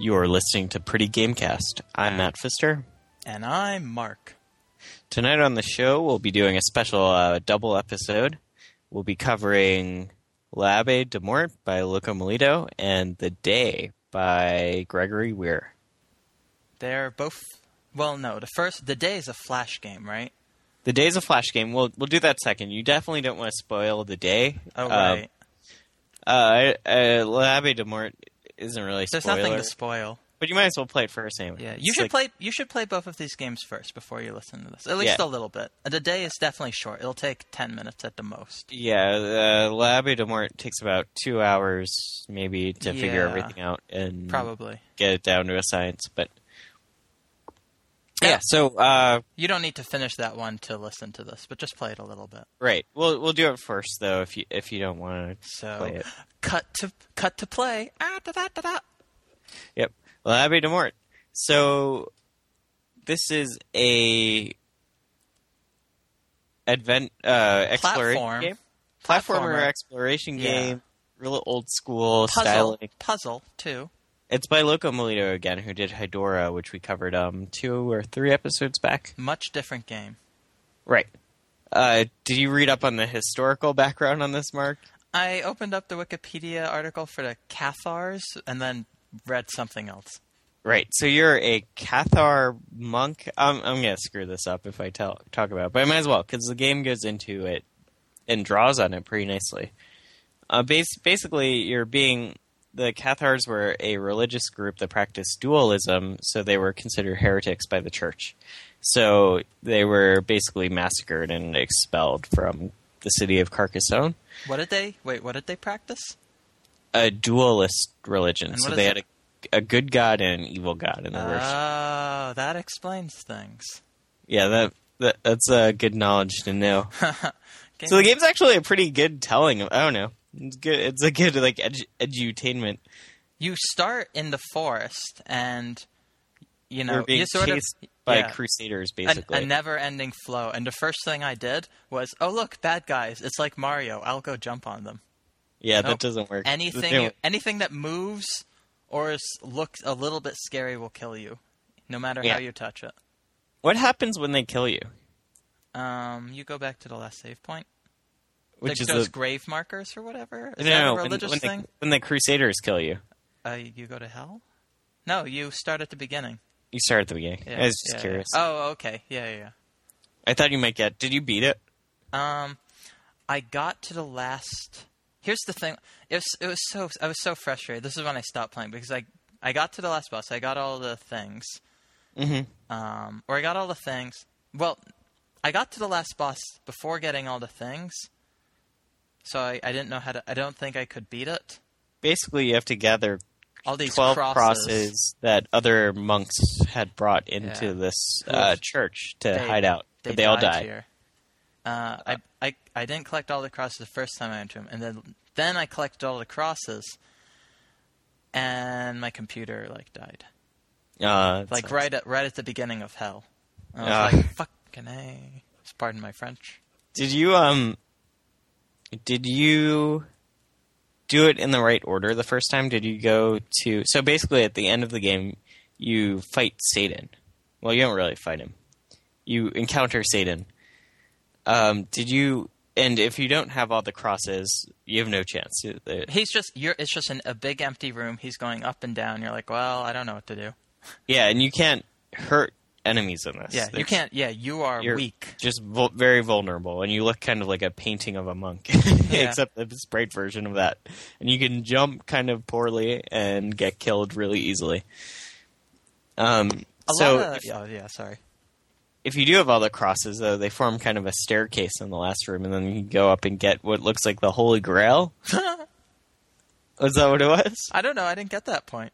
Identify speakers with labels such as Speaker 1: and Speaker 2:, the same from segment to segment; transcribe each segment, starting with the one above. Speaker 1: You are listening to Pretty Gamecast. I'm Matt Pfister.
Speaker 2: And I'm Mark.
Speaker 1: Tonight on the show, we'll be doing a special uh, double episode. We'll be covering L'Abbe de Mort by Luca Melito and The Day by Gregory Weir.
Speaker 2: They're both. Well, no, the first. The day is a flash game, right?
Speaker 1: The Day's a flash game. We'll, we'll do that second. You definitely don't want to spoil The Day.
Speaker 2: Oh,
Speaker 1: Um,
Speaker 2: right.
Speaker 1: Uh, uh, L'Abbe de Mort isn't really
Speaker 2: There's
Speaker 1: spoiler,
Speaker 2: nothing to spoil.
Speaker 1: but you might as well play it first anyway.
Speaker 2: Yeah, you
Speaker 1: It's
Speaker 2: should
Speaker 1: like-
Speaker 2: play. You should play both of these games first before you listen to this. At least
Speaker 1: Yeah.
Speaker 2: a little bit. The day is definitely short. It'll take ten minutes at the most.
Speaker 1: Yeah, uh, L'Abbe de Mort takes about two hours maybe to figure
Speaker 2: Yeah.
Speaker 1: everything out and
Speaker 2: Probably.
Speaker 1: get it down to a science. But
Speaker 2: Yeah.
Speaker 1: yeah, so uh,
Speaker 2: You don't need to finish that one to listen to this, but just play it a little bit.
Speaker 1: right, we'll we'll do it first though if you if you don't want to
Speaker 2: So
Speaker 1: play it.
Speaker 2: cut to cut to play. Ah, da, da, da, da.
Speaker 1: Yep, L'Abbe de Mort. So this is a advent uh, exploration
Speaker 2: Platform.
Speaker 1: game, platformer
Speaker 2: Platformer.
Speaker 1: exploration
Speaker 2: Yeah.
Speaker 1: game, real old school
Speaker 2: Puzzle.
Speaker 1: styling.
Speaker 2: Puzzle too.
Speaker 1: It's by Loco Molito again, who did Hedora, which we covered um two or three episodes back.
Speaker 2: Much different game.
Speaker 1: Right. Uh, did you read up on the historical background on this, Mark?
Speaker 2: I opened up the Wikipedia article for the Cathars and then read something else.
Speaker 1: Right. So you're a Cathar monk. Um, I'm gonna screw this up if I tell talk about, it, but I might as well because the game goes into it and draws on it pretty nicely. Uh, bas- basically, you're being the Cathars were a religious group that practiced dualism, so they were considered heretics by the church. So they were basically massacred and expelled from the city of Carcassonne.
Speaker 2: What did they? Wait, what did they practice?
Speaker 1: A dualist religion.
Speaker 2: And
Speaker 1: so
Speaker 2: what is Ah.
Speaker 1: they
Speaker 2: it?
Speaker 1: had a, a good god and an evil god, and they were
Speaker 2: Oh, that explains things.
Speaker 1: Yeah, that, that that's uh, good knowledge to know.
Speaker 2: Game-
Speaker 1: So the game's actually a pretty good telling. Of, I don't know. It's good. It's a good like edu- edutainment.
Speaker 2: you start in the forest, and you know
Speaker 1: We're being
Speaker 2: you sort
Speaker 1: chased
Speaker 2: of
Speaker 1: by
Speaker 2: yeah,
Speaker 1: crusaders,
Speaker 2: a-
Speaker 1: basically.
Speaker 2: a, never-ending flow. And the first thing I did was, oh look, bad guys! It's like Mario. I'll go jump on them.
Speaker 1: yeah, that
Speaker 2: Nope.
Speaker 1: doesn't work.
Speaker 2: Anything,
Speaker 1: They don't-
Speaker 2: anything that moves or is, looks a little bit scary will kill you, no matter
Speaker 1: Yeah.
Speaker 2: how you touch it.
Speaker 1: What happens when they kill you?
Speaker 2: Um, you go back to the last save point.
Speaker 1: Which
Speaker 2: like
Speaker 1: is
Speaker 2: those
Speaker 1: the
Speaker 2: grave markers or whatever?
Speaker 1: no,
Speaker 2: Is that
Speaker 1: no,
Speaker 2: a
Speaker 1: when-
Speaker 2: religious
Speaker 1: when,
Speaker 2: thing?
Speaker 1: The, when the crusaders kill you,
Speaker 2: Uh, you go to hell? No, you start at the beginning.
Speaker 1: you start at the beginning.
Speaker 2: Yeah,
Speaker 1: I was just
Speaker 2: yeah,
Speaker 1: curious.
Speaker 2: yeah. Oh, okay. Yeah, yeah,
Speaker 1: I thought you might get. Did you beat it?
Speaker 2: yeah. Um, I got to the last. Here's the thing. It was, it was so I was so frustrated. This is when I stopped playing because I I got to the last boss. I got all the things. Mm-hmm. Um, or I got all the things. Well, I got to the last boss before getting all the things. So I, I didn't know how to. I don't think I could beat it.
Speaker 1: Basically, you have to gather
Speaker 2: All these
Speaker 1: twelve crosses.
Speaker 2: crosses.
Speaker 1: that other monks had brought into
Speaker 2: Yeah.
Speaker 1: this
Speaker 2: Who
Speaker 1: uh,
Speaker 2: have-
Speaker 1: church to hide out.
Speaker 2: They,
Speaker 1: But they all
Speaker 2: died
Speaker 1: died.
Speaker 2: Here. Uh, I, I I didn't collect all the crosses the first time I went to him, and then then I collected all the crosses, and my computer like died,
Speaker 1: Uh,
Speaker 2: like
Speaker 1: so-
Speaker 2: right at right at the beginning of hell. And I was
Speaker 1: Ah.
Speaker 2: like, "Fucking a!" Pardon my French.
Speaker 1: Did you um? Did you do it in the right order the first time? Did you go to? So basically, at the end of the game, you fight Satan. Well, you don't really fight him. You encounter Satan. Um, did you? And if you don't have all the crosses, you have no chance. It- it-
Speaker 2: He's just you're. It's just an, a big empty room. He's going up and down. You're like, "Well, I don't know what to do."
Speaker 1: Yeah, and you can't hurt enemies in this.
Speaker 2: Yeah, you
Speaker 1: There's-
Speaker 2: can't. Yeah, you are
Speaker 1: You're-
Speaker 2: weak.
Speaker 1: just vul- very vulnerable, and you look kind of like a painting of a monk, except the sprayed version of that. And you can jump kind of poorly and get killed really easily. Um,
Speaker 2: A
Speaker 1: so
Speaker 2: lot of,
Speaker 1: if,
Speaker 2: oh yeah, sorry.
Speaker 1: if you do have all the crosses, though, they form kind of a staircase in the last room, and then you go up and get what looks like the Holy Grail. Was that what it was?
Speaker 2: I don't know. I didn't get that point.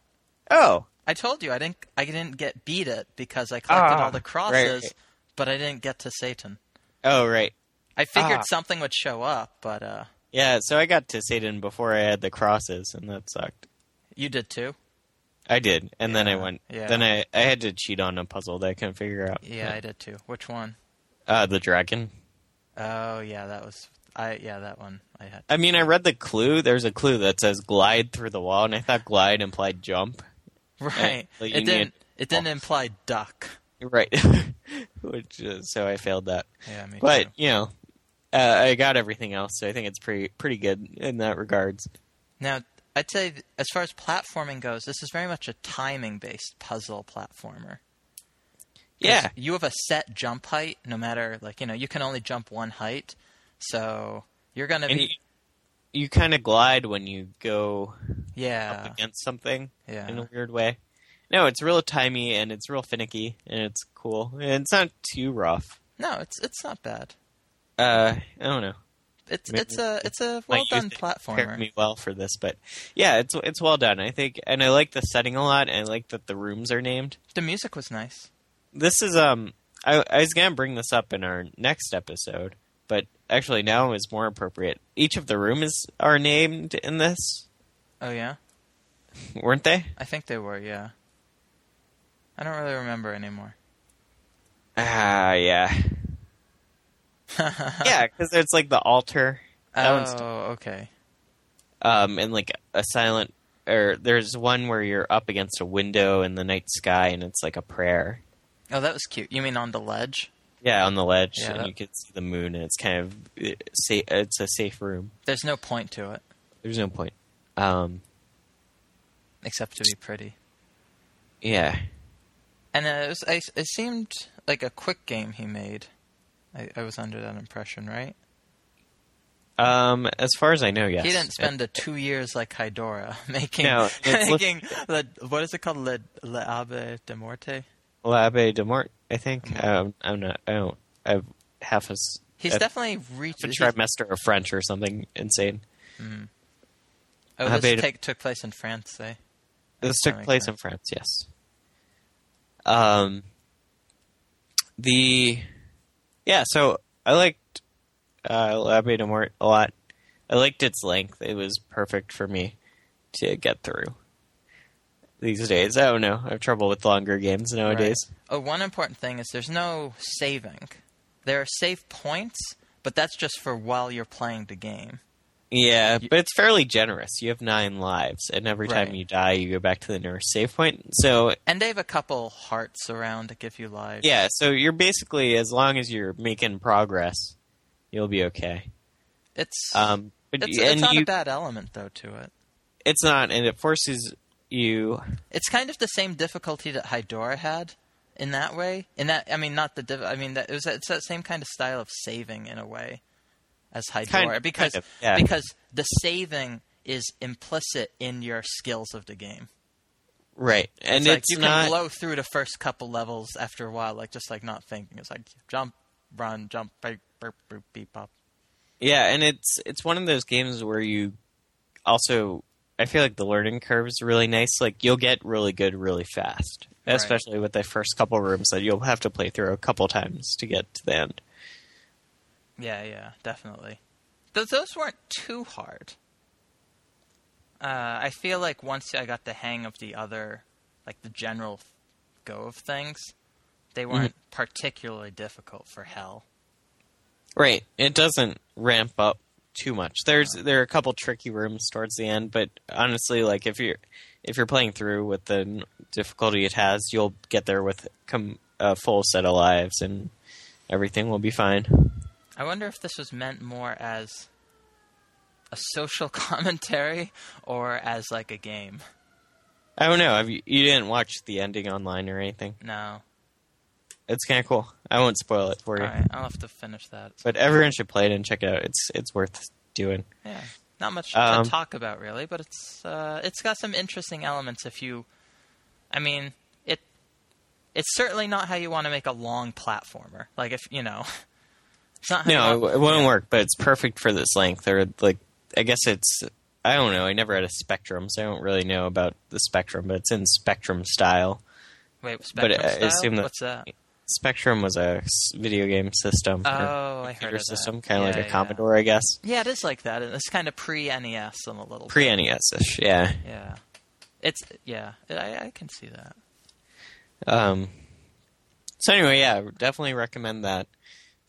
Speaker 1: Oh,
Speaker 2: I told you I didn't I didn't get beat it because I collected
Speaker 1: Ah,
Speaker 2: all the crosses,
Speaker 1: right, right.
Speaker 2: but I didn't get to Satan.
Speaker 1: oh, right.
Speaker 2: I figured
Speaker 1: Ah.
Speaker 2: something would show up, but uh
Speaker 1: Yeah, so I got to Satan before I had the crosses, and that sucked.
Speaker 2: you did too.
Speaker 1: I did, and then I
Speaker 2: Yeah,
Speaker 1: went.
Speaker 2: yeah.
Speaker 1: Then I, I had to cheat on a puzzle that I couldn't figure out.
Speaker 2: Yeah, I did too. Which one?
Speaker 1: Uh, the dragon.
Speaker 2: Oh yeah, that was I yeah, that one I had.
Speaker 1: I mean, I read the clue. There's a clue that says glide through the wall, and I thought glide implied jump.
Speaker 2: Right.
Speaker 1: like, you
Speaker 2: it didn't.
Speaker 1: need-
Speaker 2: It didn't imply duck.
Speaker 1: Right. Which is, so I failed that.
Speaker 2: Yeah, me
Speaker 1: But,
Speaker 2: too.
Speaker 1: you know, uh, I got everything else, so I think it's pretty pretty good in that regards.
Speaker 2: Now, I'd say th- as far as platforming goes, this is very much a timing-based puzzle platformer. 'Cause
Speaker 1: Yeah.
Speaker 2: You have a set jump height, no matter like you know you can only jump one height, so you're gonna
Speaker 1: And you,
Speaker 2: be
Speaker 1: you kind of glide when you go up
Speaker 2: yeah
Speaker 1: against something
Speaker 2: yeah
Speaker 1: in a weird way. No, it's real timey and it's real finicky and it's cool. And it's not too rough.
Speaker 2: no it's it's not bad
Speaker 1: Uh, I don't know.
Speaker 2: it's
Speaker 1: Maybe
Speaker 2: it's a it's a
Speaker 1: My
Speaker 2: well done
Speaker 1: youth didn't prepare
Speaker 2: platformer
Speaker 1: me well for this, but yeah, it's it's well done. I think, and I like the setting a lot, and I like that the rooms are named.
Speaker 2: the music was nice
Speaker 1: this is um I, I was gonna bring this up in our next episode, but actually now is more appropriate. Each of the rooms are named in this,
Speaker 2: oh yeah
Speaker 1: weren't they?
Speaker 2: I think they were yeah I don't really remember anymore
Speaker 1: Ah, yeah, yeah, because there's like the altar, That
Speaker 2: oh
Speaker 1: one's-
Speaker 2: okay
Speaker 1: um, and like a silent, or there's one where you're up against a window in the night sky, and it's like a prayer.
Speaker 2: oh that was cute you mean on the ledge
Speaker 1: Yeah, on the ledge,
Speaker 2: Yeah,
Speaker 1: and
Speaker 2: that-
Speaker 1: you can see the moon, and it's kind of it, sa- it's a safe room.
Speaker 2: there's no point to it
Speaker 1: There's no point. Um,
Speaker 2: except to be pretty
Speaker 1: yeah,
Speaker 2: and uh, it was I, it seemed like a quick game he made I, I was under that impression right
Speaker 1: Um, as far as I know, yes.
Speaker 2: He didn't spend the two years like Hydora making
Speaker 1: No, it's-
Speaker 2: making the- what is it called le, le Abe de Morte.
Speaker 1: Labe de Mort. I think
Speaker 2: Mm.
Speaker 1: um, I'm not. I don't. I've half a. s-
Speaker 2: He's
Speaker 1: a-
Speaker 2: definitely reached.
Speaker 1: a trimester of French or something insane.
Speaker 2: oh,
Speaker 1: Abe
Speaker 2: this
Speaker 1: de-
Speaker 2: take, took place in France, eh?
Speaker 1: This
Speaker 2: that
Speaker 1: took
Speaker 2: makes
Speaker 1: place in
Speaker 2: sense.
Speaker 1: France. Yes. Um. The, yeah. So I liked uh, Labe de Mort a lot. I liked its length. It was perfect for me to get through. These days, I don't know. I have trouble with longer games nowadays.
Speaker 2: Oh, one important thing is there's no saving. There are save points, but that's just for while you're playing the game.
Speaker 1: Yeah, but it's fairly generous. You have nine lives, and every time
Speaker 2: Right.
Speaker 1: you die, you go back to the nearest save point. So,
Speaker 2: And they have a couple hearts around to give you life.
Speaker 1: yeah, so you're basically, as long as you're making progress, you'll be okay.
Speaker 2: it's
Speaker 1: Um, but,
Speaker 2: it's,
Speaker 1: and
Speaker 2: it's not
Speaker 1: you,
Speaker 2: a bad element though to it.
Speaker 1: it's not, and it forces you.
Speaker 2: It's kind of the same difficulty that Hydora had in that way. In that, I mean, not the. Div- I mean, that, it was it's that same kind of style of saving in a way as Hydora
Speaker 1: Kind-
Speaker 2: because
Speaker 1: kind of, yeah.
Speaker 2: because the saving is implicit in your skills of the game.
Speaker 1: Right, and it's,
Speaker 2: It's like you
Speaker 1: not.
Speaker 2: can blow through the first couple levels after a while, like just like not thinking. It's like jump, run, jump, beep, beep, beep, beep, pop.
Speaker 1: Yeah, and it's it's one of those games where you also I feel like the learning curve is really nice. Like you'll get really good really fast,
Speaker 2: Right.
Speaker 1: especially with the first couple rooms that you'll have to play through a couple times to get to the end.
Speaker 2: Yeah, yeah, definitely. Those those weren't too hard. Uh, I feel like once I got the hang of the other, like the general f- go of things,
Speaker 1: Mm-hmm.
Speaker 2: they weren't particularly difficult for hell.
Speaker 1: Right. It doesn't ramp up too much. There's there are a couple tricky rooms towards the end, but honestly, like if you're if you're playing through with the n- difficulty it has, you'll get there with com- a full set of lives and everything will be fine.
Speaker 2: I wonder if this was meant more as a social commentary or as like a game.
Speaker 1: I don't know. Have you, you didn't watch the ending online or anything?
Speaker 2: No,
Speaker 1: It's kind of cool. I won't spoil it for you,
Speaker 2: all right, I'll have to finish that.
Speaker 1: but everyone should play it and check it out. It's it's worth doing.
Speaker 2: Yeah, not much
Speaker 1: Um,
Speaker 2: to talk about really, but it's uh, it's got some interesting elements. If you, I mean, it it's certainly not how you want to make a long platformer. Like if you know, it's not. How you
Speaker 1: No,
Speaker 2: want-
Speaker 1: it, it won't work, but it's perfect for this length. Or like, I guess it's I don't know. I never had a Spectrum, so I don't really know about the Spectrum, but it's in Spectrum style.
Speaker 2: Wait,
Speaker 1: but
Speaker 2: Spectrum
Speaker 1: I
Speaker 2: style?
Speaker 1: assume that-
Speaker 2: What's that?
Speaker 1: Spectrum was a s- video game system. or
Speaker 2: Oh, I heard
Speaker 1: computer
Speaker 2: of that.
Speaker 1: system, kind of
Speaker 2: Yeah,
Speaker 1: like a
Speaker 2: yeah.
Speaker 1: Commodore, I guess.
Speaker 2: Yeah, it is like that. It's kind of pre NES on a little.
Speaker 1: Pre NES E ish, yeah.
Speaker 2: bit. Yeah, it's yeah. I, I can see that.
Speaker 1: Um, so anyway, yeah, definitely recommend that.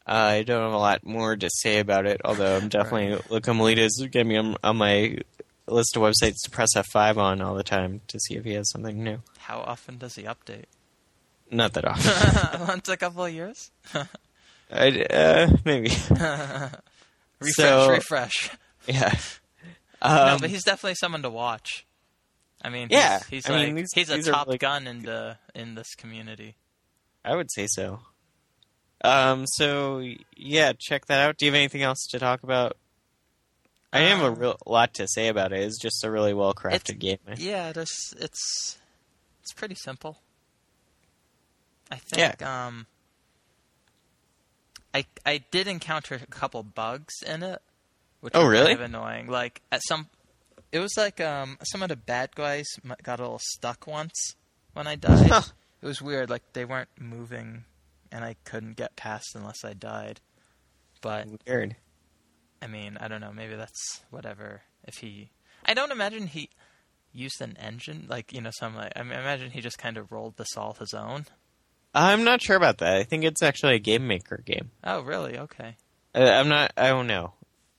Speaker 1: I don't have a lot more to say about it, although I'm definitely look Amelita's getting me on, on my list of websites to press F5 on all the time to see if he has something new.
Speaker 2: How often does he update?
Speaker 1: Not that often.
Speaker 2: Once a couple of years?
Speaker 1: I, uh, maybe.
Speaker 2: Refresh,
Speaker 1: So-
Speaker 2: refresh.
Speaker 1: Yeah.
Speaker 2: no,
Speaker 1: Um,
Speaker 2: but he's definitely someone to watch. I mean,
Speaker 1: Yeah,
Speaker 2: he's, he's
Speaker 1: I
Speaker 2: like
Speaker 1: mean, these-
Speaker 2: he's a
Speaker 1: these are
Speaker 2: top
Speaker 1: like-
Speaker 2: gun in the in this community.
Speaker 1: I would say so. Um, so yeah, check that out. Do you have anything else to talk about? I didn't have a
Speaker 2: Um,
Speaker 1: real lot to say about it. It's just a really well crafted game.
Speaker 2: Yeah, it's it's it's pretty simple. I
Speaker 1: Yeah.
Speaker 2: think um I I did encounter a couple bugs in it, which
Speaker 1: Oh,
Speaker 2: were
Speaker 1: really?
Speaker 2: kind of annoying. Like at some it was like um some of the bad guys m- got a little stuck once when I died.
Speaker 1: Huh.
Speaker 2: It was weird like they weren't moving and I couldn't get past unless I died. But
Speaker 1: Weird.
Speaker 2: I mean, I don't know. Maybe that's whatever. If he, I don't imagine he used an engine like you know some. Like, I mean, I imagine he just kind of rolled this all his own.
Speaker 1: I'm not sure about that. I think it's actually a game maker game.
Speaker 2: Oh, really? Okay.
Speaker 1: Uh, I'm not. I don't know.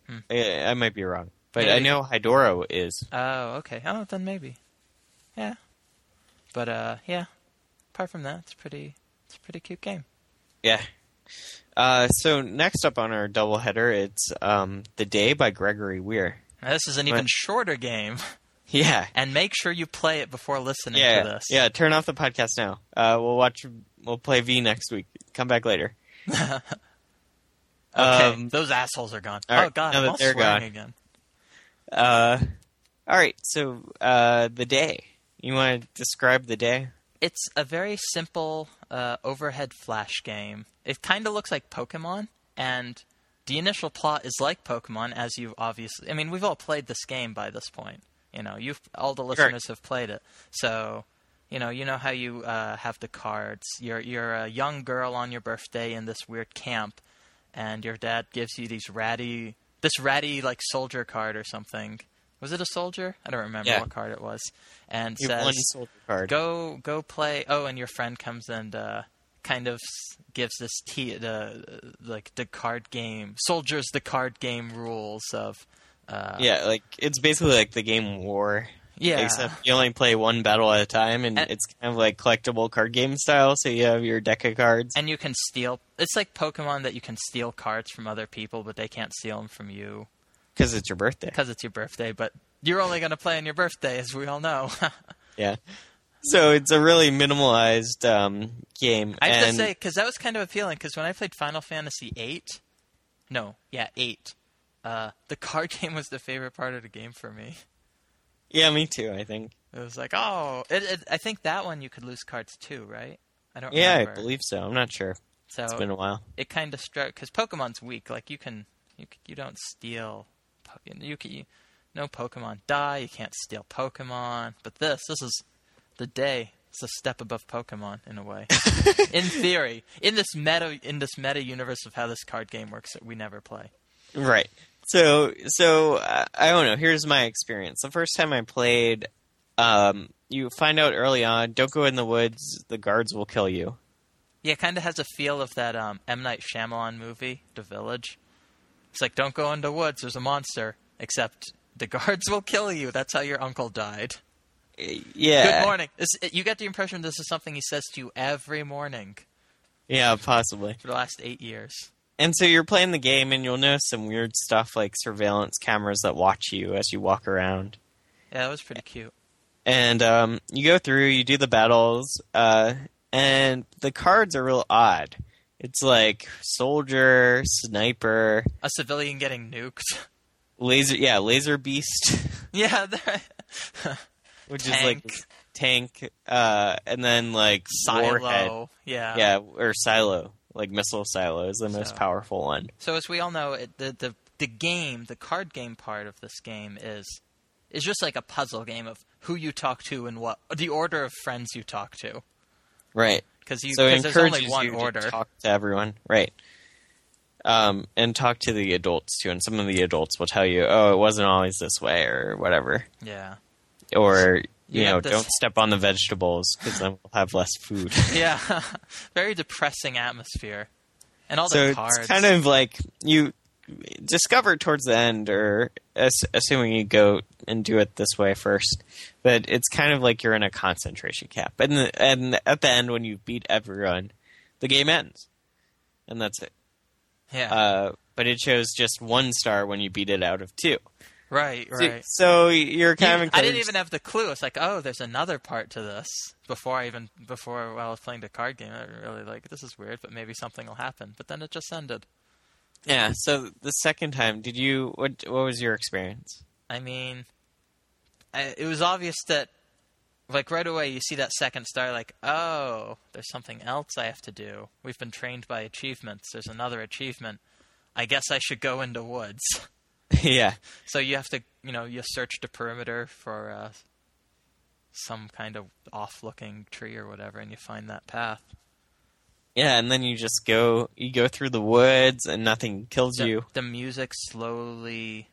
Speaker 2: Hmm.
Speaker 1: I, I might be wrong, but I
Speaker 2: Maybe.
Speaker 1: know Hydoro is.
Speaker 2: Oh, okay. Oh, then maybe. Yeah. But uh, yeah. Apart from that, it's pretty. It's a pretty cute game.
Speaker 1: Yeah. Uh, so next up on our doubleheader, it's um, "The Day" by Gregory Weir.
Speaker 2: Now, this is an even
Speaker 1: Right.
Speaker 2: shorter game,
Speaker 1: Yeah.
Speaker 2: and make sure you play it before listening
Speaker 1: yeah,
Speaker 2: to this.
Speaker 1: Yeah, turn off the podcast now. Uh, we'll watch. We'll play V next week. Come back later.
Speaker 2: Okay.
Speaker 1: Um,
Speaker 2: Those assholes are gone.
Speaker 1: all right,
Speaker 2: oh God,
Speaker 1: now
Speaker 2: I'm
Speaker 1: that
Speaker 2: all
Speaker 1: they're
Speaker 2: swearing
Speaker 1: gone.
Speaker 2: again.
Speaker 1: Uh, all right. So uh, the day. You want to describe the day?
Speaker 2: it's a very simple uh, overhead flash game. It kind of looks like Pokemon, and the initial plot is like Pokemon, as you obviously. I mean, we've all played this game by this point. You know, you've all the listeners have played it, so you know you know how you uh, have the cards. You're you're a young girl on your birthday in this weird camp, and your dad gives you these ratty this ratty like soldier card or something. Was it a soldier? I don't remember
Speaker 1: Yeah.
Speaker 2: what card it was. And
Speaker 1: You have
Speaker 2: says
Speaker 1: one soldier card.
Speaker 2: go go play oh and your friend comes and uh kind of s- gives this t the uh, like the card game soldiers the card game rules of uh
Speaker 1: Yeah, like it's basically like the game War.
Speaker 2: yeah
Speaker 1: Except you only play one battle at a time, and
Speaker 2: And-
Speaker 1: it's kind of like collectible card game style. So you have your deck of cards.
Speaker 2: and you can steal it's like pokemon that you can steal cards from other people but they can't steal them from you
Speaker 1: because it's your birthday.
Speaker 2: because it's your birthday but you're only going to play on your birthday as we all know
Speaker 1: Yeah. So it's a really minimalized um, game.
Speaker 2: I have
Speaker 1: and
Speaker 2: to say, because that was kind of appealing. Because when I played Final Fantasy VIII, no, yeah, eight, uh, the card game was the favorite part of the game for me.
Speaker 1: yeah, me too. I think.
Speaker 2: It was like, oh, it, it, I think that one you could lose cards too, right? I don't.
Speaker 1: Yeah,
Speaker 2: remember. Oh.
Speaker 1: I believe so. I'm not sure. It's
Speaker 2: so.
Speaker 1: been a while.
Speaker 2: It kind of struck because Pokemon's weak. Like you can, you c- you don't steal. Po- You can, you, no Pokemon die. You can't steal Pokemon. But this, this is the day. It's a step above Pokemon in a way. in theory, in this meta, in this meta universe of how this card game works, that we never play.
Speaker 1: Right. So, so uh, I don't know. Here's my experience. The first time I played, um, you find out early on: don't go in the woods; the guards will kill you.
Speaker 2: Yeah, it kind of has a feel of that um, M Night Shyamalan movie, The Village. It's like don't go into woods. There's a monster. Except the guards will kill you. That's how your uncle died.
Speaker 1: Uh, Yeah.
Speaker 2: Good morning. This, you get the impression this is something he says to you every morning
Speaker 1: Yeah, possibly.
Speaker 2: for the last eight years.
Speaker 1: And so you're playing the game, and you'll notice some weird stuff like surveillance cameras that watch you as you walk around.
Speaker 2: Yeah, that was pretty cute.
Speaker 1: And um, you go through, you do the battles, uh, and the cards are real odd. It's like soldier, sniper,
Speaker 2: A civilian getting nuked.
Speaker 1: laser. Yeah, laser beast.
Speaker 2: yeah, there-
Speaker 1: which is
Speaker 2: Tank.
Speaker 1: like tank, uh, and then like warhead.
Speaker 2: silo. Yeah.
Speaker 1: yeah, or silo, like missile silo is the most
Speaker 2: So-
Speaker 1: powerful one.
Speaker 2: So as we all know, it, the the the game, the card game part of this game is is just like a puzzle game of who you talk to and what the order of friends you talk to.
Speaker 1: Right.
Speaker 2: Because you
Speaker 1: so it
Speaker 2: 'cause there's only
Speaker 1: encourages
Speaker 2: one
Speaker 1: you
Speaker 2: order.
Speaker 1: to talk to everyone, right? Um, and talk to the adults too, and some of the adults will tell you, "Oh, it wasn't always this way," or whatever,
Speaker 2: Yeah.
Speaker 1: or you,
Speaker 2: You have
Speaker 1: know,
Speaker 2: this-
Speaker 1: don't step on the vegetables because then we'll have less food.
Speaker 2: Yeah. Very depressing atmosphere. And all
Speaker 1: so
Speaker 2: the cards.
Speaker 1: it's kind of like you discover towards the end, or ass- assuming you go and do it this way first, that it's kind of like you're in a concentration camp, and the, and at the end when you beat everyone, the game ends, and that's it.
Speaker 2: yeah.
Speaker 1: Uh, but it shows just one star when you beat it out of two.
Speaker 2: right,
Speaker 1: So-
Speaker 2: right.
Speaker 1: So, you're kind of
Speaker 2: Even-
Speaker 1: encouraged.
Speaker 2: I didn't even have the clue. It's like, oh, there's another part to this. Before I even before while I was playing the card game, I was really like, this is weird, but maybe something will happen. But then it just ended.
Speaker 1: Yeah. So the second time, did you? What What was your experience?
Speaker 2: I mean, I, it was obvious that, like, right away you see that second star, like, oh, there's something else I have to do. We've been trained by achievements. There's another achievement. I guess I should go into woods.
Speaker 1: yeah.
Speaker 2: so you have to, you know, you search the perimeter for uh, some kind of off-looking tree or whatever, and you find that path.
Speaker 1: Yeah, and then you just go. You go through the woods, and nothing kills
Speaker 2: The,
Speaker 1: you.
Speaker 2: the music slowly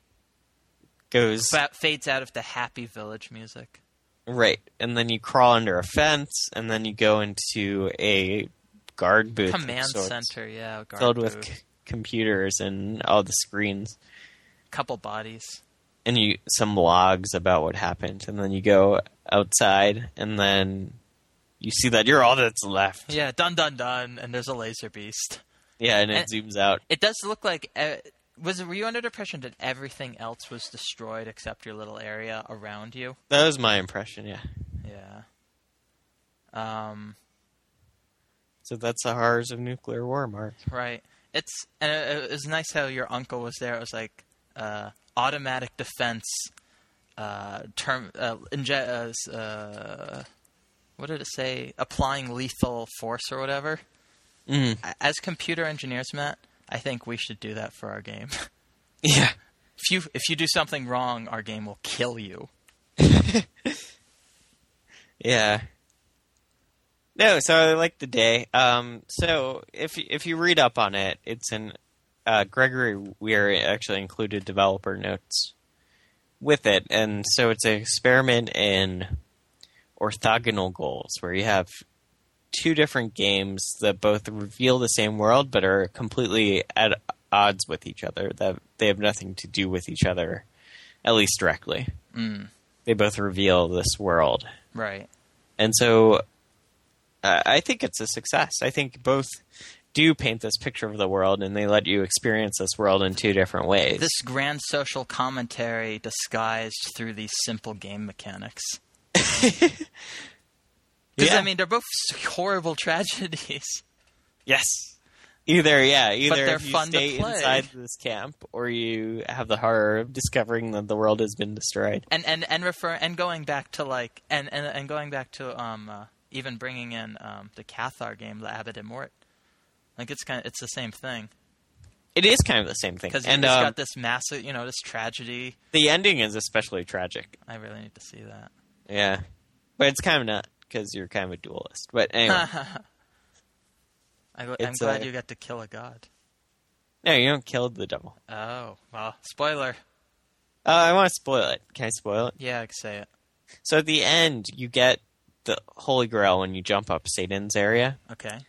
Speaker 1: Goes
Speaker 2: fa- fades out of the happy village music.
Speaker 1: right, and then you crawl under a fence, and then you go into a guard booth, of
Speaker 2: Command
Speaker 1: sorts,
Speaker 2: center, yeah, guard
Speaker 1: filled with
Speaker 2: booth.
Speaker 1: c- computers and all the screens,
Speaker 2: couple bodies.
Speaker 1: and you some logs about what happened, and then you go outside, and then you see that you're all that's left.
Speaker 2: Yeah, dun dun dun, and there's a laser beast.
Speaker 1: Yeah, and it
Speaker 2: And-
Speaker 1: zooms out.
Speaker 2: It does look like uh, was were you under the impression that everything else was destroyed except your little area around you?
Speaker 1: That was my impression. Yeah.
Speaker 2: Yeah. Um.
Speaker 1: So that's the horrors of nuclear war, Mark.
Speaker 2: Right. It's and it, it was nice how your uncle was there. It was like uh, automatic defense. Uh, term uh, inje- uh, s- uh, what did it say? Applying lethal force or whatever.
Speaker 1: Mm.
Speaker 2: As computer engineers, Matt, I think we should do that for our game.
Speaker 1: Yeah.
Speaker 2: if you if you do something wrong, our game will kill you.
Speaker 1: Yeah. No, so I like the day. Um, so if if you read up on it, it's in uh, Gregory Weir actually included developer notes with it, and so it's an experiment in orthogonal goals where you have two different games that both reveal the same world but are completely at odds with each other. That they have nothing to do with each other, at least directly.
Speaker 2: Mm,
Speaker 1: They both reveal this world
Speaker 2: right.
Speaker 1: and so uh, I think it's a success. I think both do paint this picture of the world, and they let you experience this world in two different ways.
Speaker 2: This grand social commentary disguised through these simple game mechanics. Because
Speaker 1: Yeah.
Speaker 2: I mean, they're both horrible tragedies.
Speaker 1: yes. Either yeah, either
Speaker 2: they're
Speaker 1: if you
Speaker 2: fun to
Speaker 1: stay
Speaker 2: play.
Speaker 1: inside this camp, or you have the horror of discovering that the world has been destroyed.
Speaker 2: and and and refer and going back to like and and, and going back to um uh, even bringing in um the Cathar game, the Abbot and Mort. Like it's kind of it's the same thing
Speaker 1: It is kind of the same thing,
Speaker 2: because it's
Speaker 1: and um,
Speaker 2: got this massive, you know, this tragedy.
Speaker 1: the ending is especially tragic.
Speaker 2: I really need to see that.
Speaker 1: Yeah, but it's kind of not because you're kind of a duelist. But anyway,
Speaker 2: I, am
Speaker 1: It's,
Speaker 2: glad
Speaker 1: uh,
Speaker 2: you got to kill a god.
Speaker 1: no, you don't kill the devil.
Speaker 2: Oh well, spoiler.
Speaker 1: Uh, I want to spoil it. Can I spoil it?
Speaker 2: Yeah, I could say it.
Speaker 1: So at the end, you get the Holy Grail when you jump up Satan's area,
Speaker 2: Okay.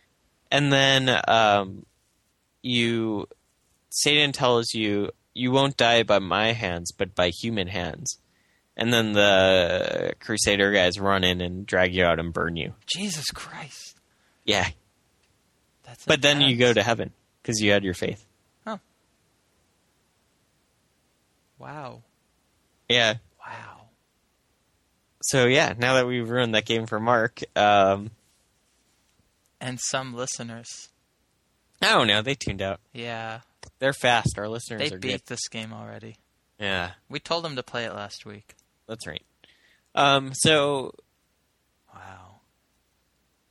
Speaker 1: and then um, you Satan tells you you won't die by my hands, but by human hands. And then the Crusader guys run in and drag you out and burn you.
Speaker 2: Jesus Christ.
Speaker 1: Yeah,
Speaker 2: That's
Speaker 1: but then you go
Speaker 2: intense.
Speaker 1: to heaven because you had your faith.
Speaker 2: Wow.
Speaker 1: Yeah.
Speaker 2: Wow.
Speaker 1: So yeah, now that we've ruined that game for Mark, um,
Speaker 2: And some listeners.
Speaker 1: I don't know. They tuned out.
Speaker 2: Yeah.
Speaker 1: They're fast. Our listeners
Speaker 2: They
Speaker 1: are
Speaker 2: beat
Speaker 1: good.
Speaker 2: this game already.
Speaker 1: Yeah.
Speaker 2: We told them to play it last week.
Speaker 1: That's right. Um, so
Speaker 2: Wow.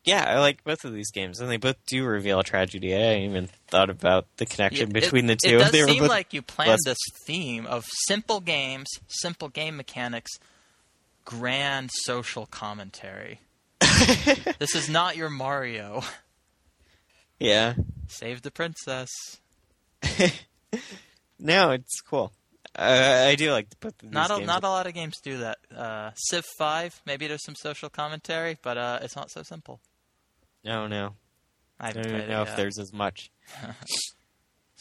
Speaker 1: yeah, I like both of these games, and they both do reveal tragedy. I hadn't even thought about the connection
Speaker 2: Yeah, it-
Speaker 1: between the two.
Speaker 2: It does
Speaker 1: they were
Speaker 2: seem
Speaker 1: both-
Speaker 2: like you planned
Speaker 1: less-
Speaker 2: this theme of simple games, simple game mechanics, grand social commentary. this is not your Mario.
Speaker 1: yeah,
Speaker 2: Save the princess.
Speaker 1: no, it's cool. Uh, I do like both of these
Speaker 2: Not a,
Speaker 1: games.
Speaker 2: not a lot of games do that. Uh, Civ 5, maybe there's some social commentary, but uh, it's not so simple.
Speaker 1: no, no.
Speaker 2: I
Speaker 1: I don't even know if there's as much.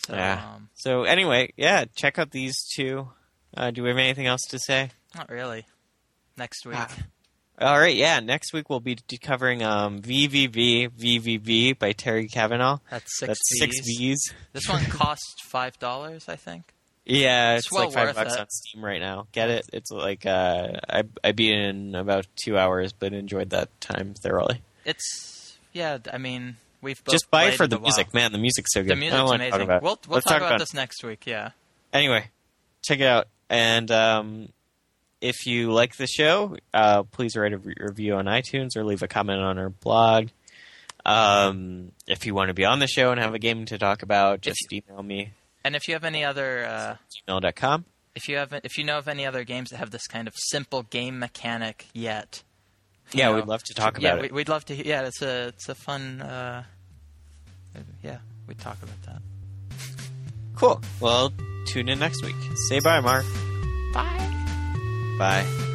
Speaker 2: So,
Speaker 1: yeah.
Speaker 2: um,
Speaker 1: So anyway, yeah, check out these two. Uh, do we have anything else to say?
Speaker 2: not really. Next week.
Speaker 1: Ah. All right, yeah. Next week we'll be d- covering um, VVV VVV by Terry Kavanaugh.
Speaker 2: That's six
Speaker 1: That's six
Speaker 2: Vs.
Speaker 1: V's.
Speaker 2: This one costs five dollars, I think.
Speaker 1: Yeah,
Speaker 2: It's
Speaker 1: it's,
Speaker 2: well
Speaker 1: like five
Speaker 2: worth
Speaker 1: bucks
Speaker 2: it.
Speaker 1: on Steam right now. Get it? It's like uh, I I beat it in about two hours, but enjoyed that time thoroughly.
Speaker 2: It's yeah. d- I mean, we've both
Speaker 1: Just buy it
Speaker 2: played
Speaker 1: for
Speaker 2: it
Speaker 1: the
Speaker 2: a
Speaker 1: music,
Speaker 2: while.
Speaker 1: man. The music's so good.
Speaker 2: The
Speaker 1: I don't
Speaker 2: music's
Speaker 1: want to
Speaker 2: amazing.
Speaker 1: talk about. it.
Speaker 2: We'll we'll
Speaker 1: Let's
Speaker 2: talk, about,
Speaker 1: it.
Speaker 2: this next week. Yeah.
Speaker 1: anyway. Check it out, and um, if you like the show, uh, please write a re- review on iTunes or leave a comment on our blog. Um, if you want to be on the show and have a game to talk about, just email me
Speaker 2: And if you have any other, uh,
Speaker 1: gmail.com.
Speaker 2: if you have, if you know of any other games that have this kind of simple game mechanic yet, you
Speaker 1: Yeah,
Speaker 2: know,
Speaker 1: we'd love to talk
Speaker 2: yeah,
Speaker 1: about
Speaker 2: we-
Speaker 1: it.
Speaker 2: we'd love to. hear Yeah, it's a it's a fun. Uh, yeah, we talk about that.
Speaker 1: Cool. Well, tune in next week. Say bye, Mark.
Speaker 2: Bye.
Speaker 1: Bye.